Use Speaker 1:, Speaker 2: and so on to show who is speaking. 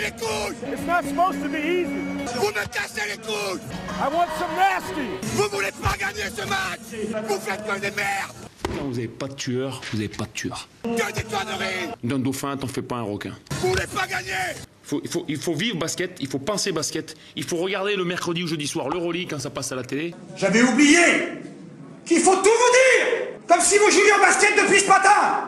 Speaker 1: les couilles
Speaker 2: It's not supposed to be easy.
Speaker 1: Vous me cassez les couilles
Speaker 2: I want some nasty.
Speaker 1: Vous voulez pas gagner ce match Vous faites que des merdes
Speaker 3: Quand vous n'avez pas de tueur, vous n'avez pas de tueur.
Speaker 1: Que des conneries
Speaker 3: D'un dauphin, t'en fais pas un requin.
Speaker 1: Vous voulez pas gagner
Speaker 3: Faut- il, faut, il faut vivre basket, il faut penser basket, il faut regarder le mercredi ou jeudi soir l'Euroleague quand ça passe à la télé.
Speaker 4: J'avais oublié qu'il faut tout vous dire Comme si vous jouiez au basket depuis ce matin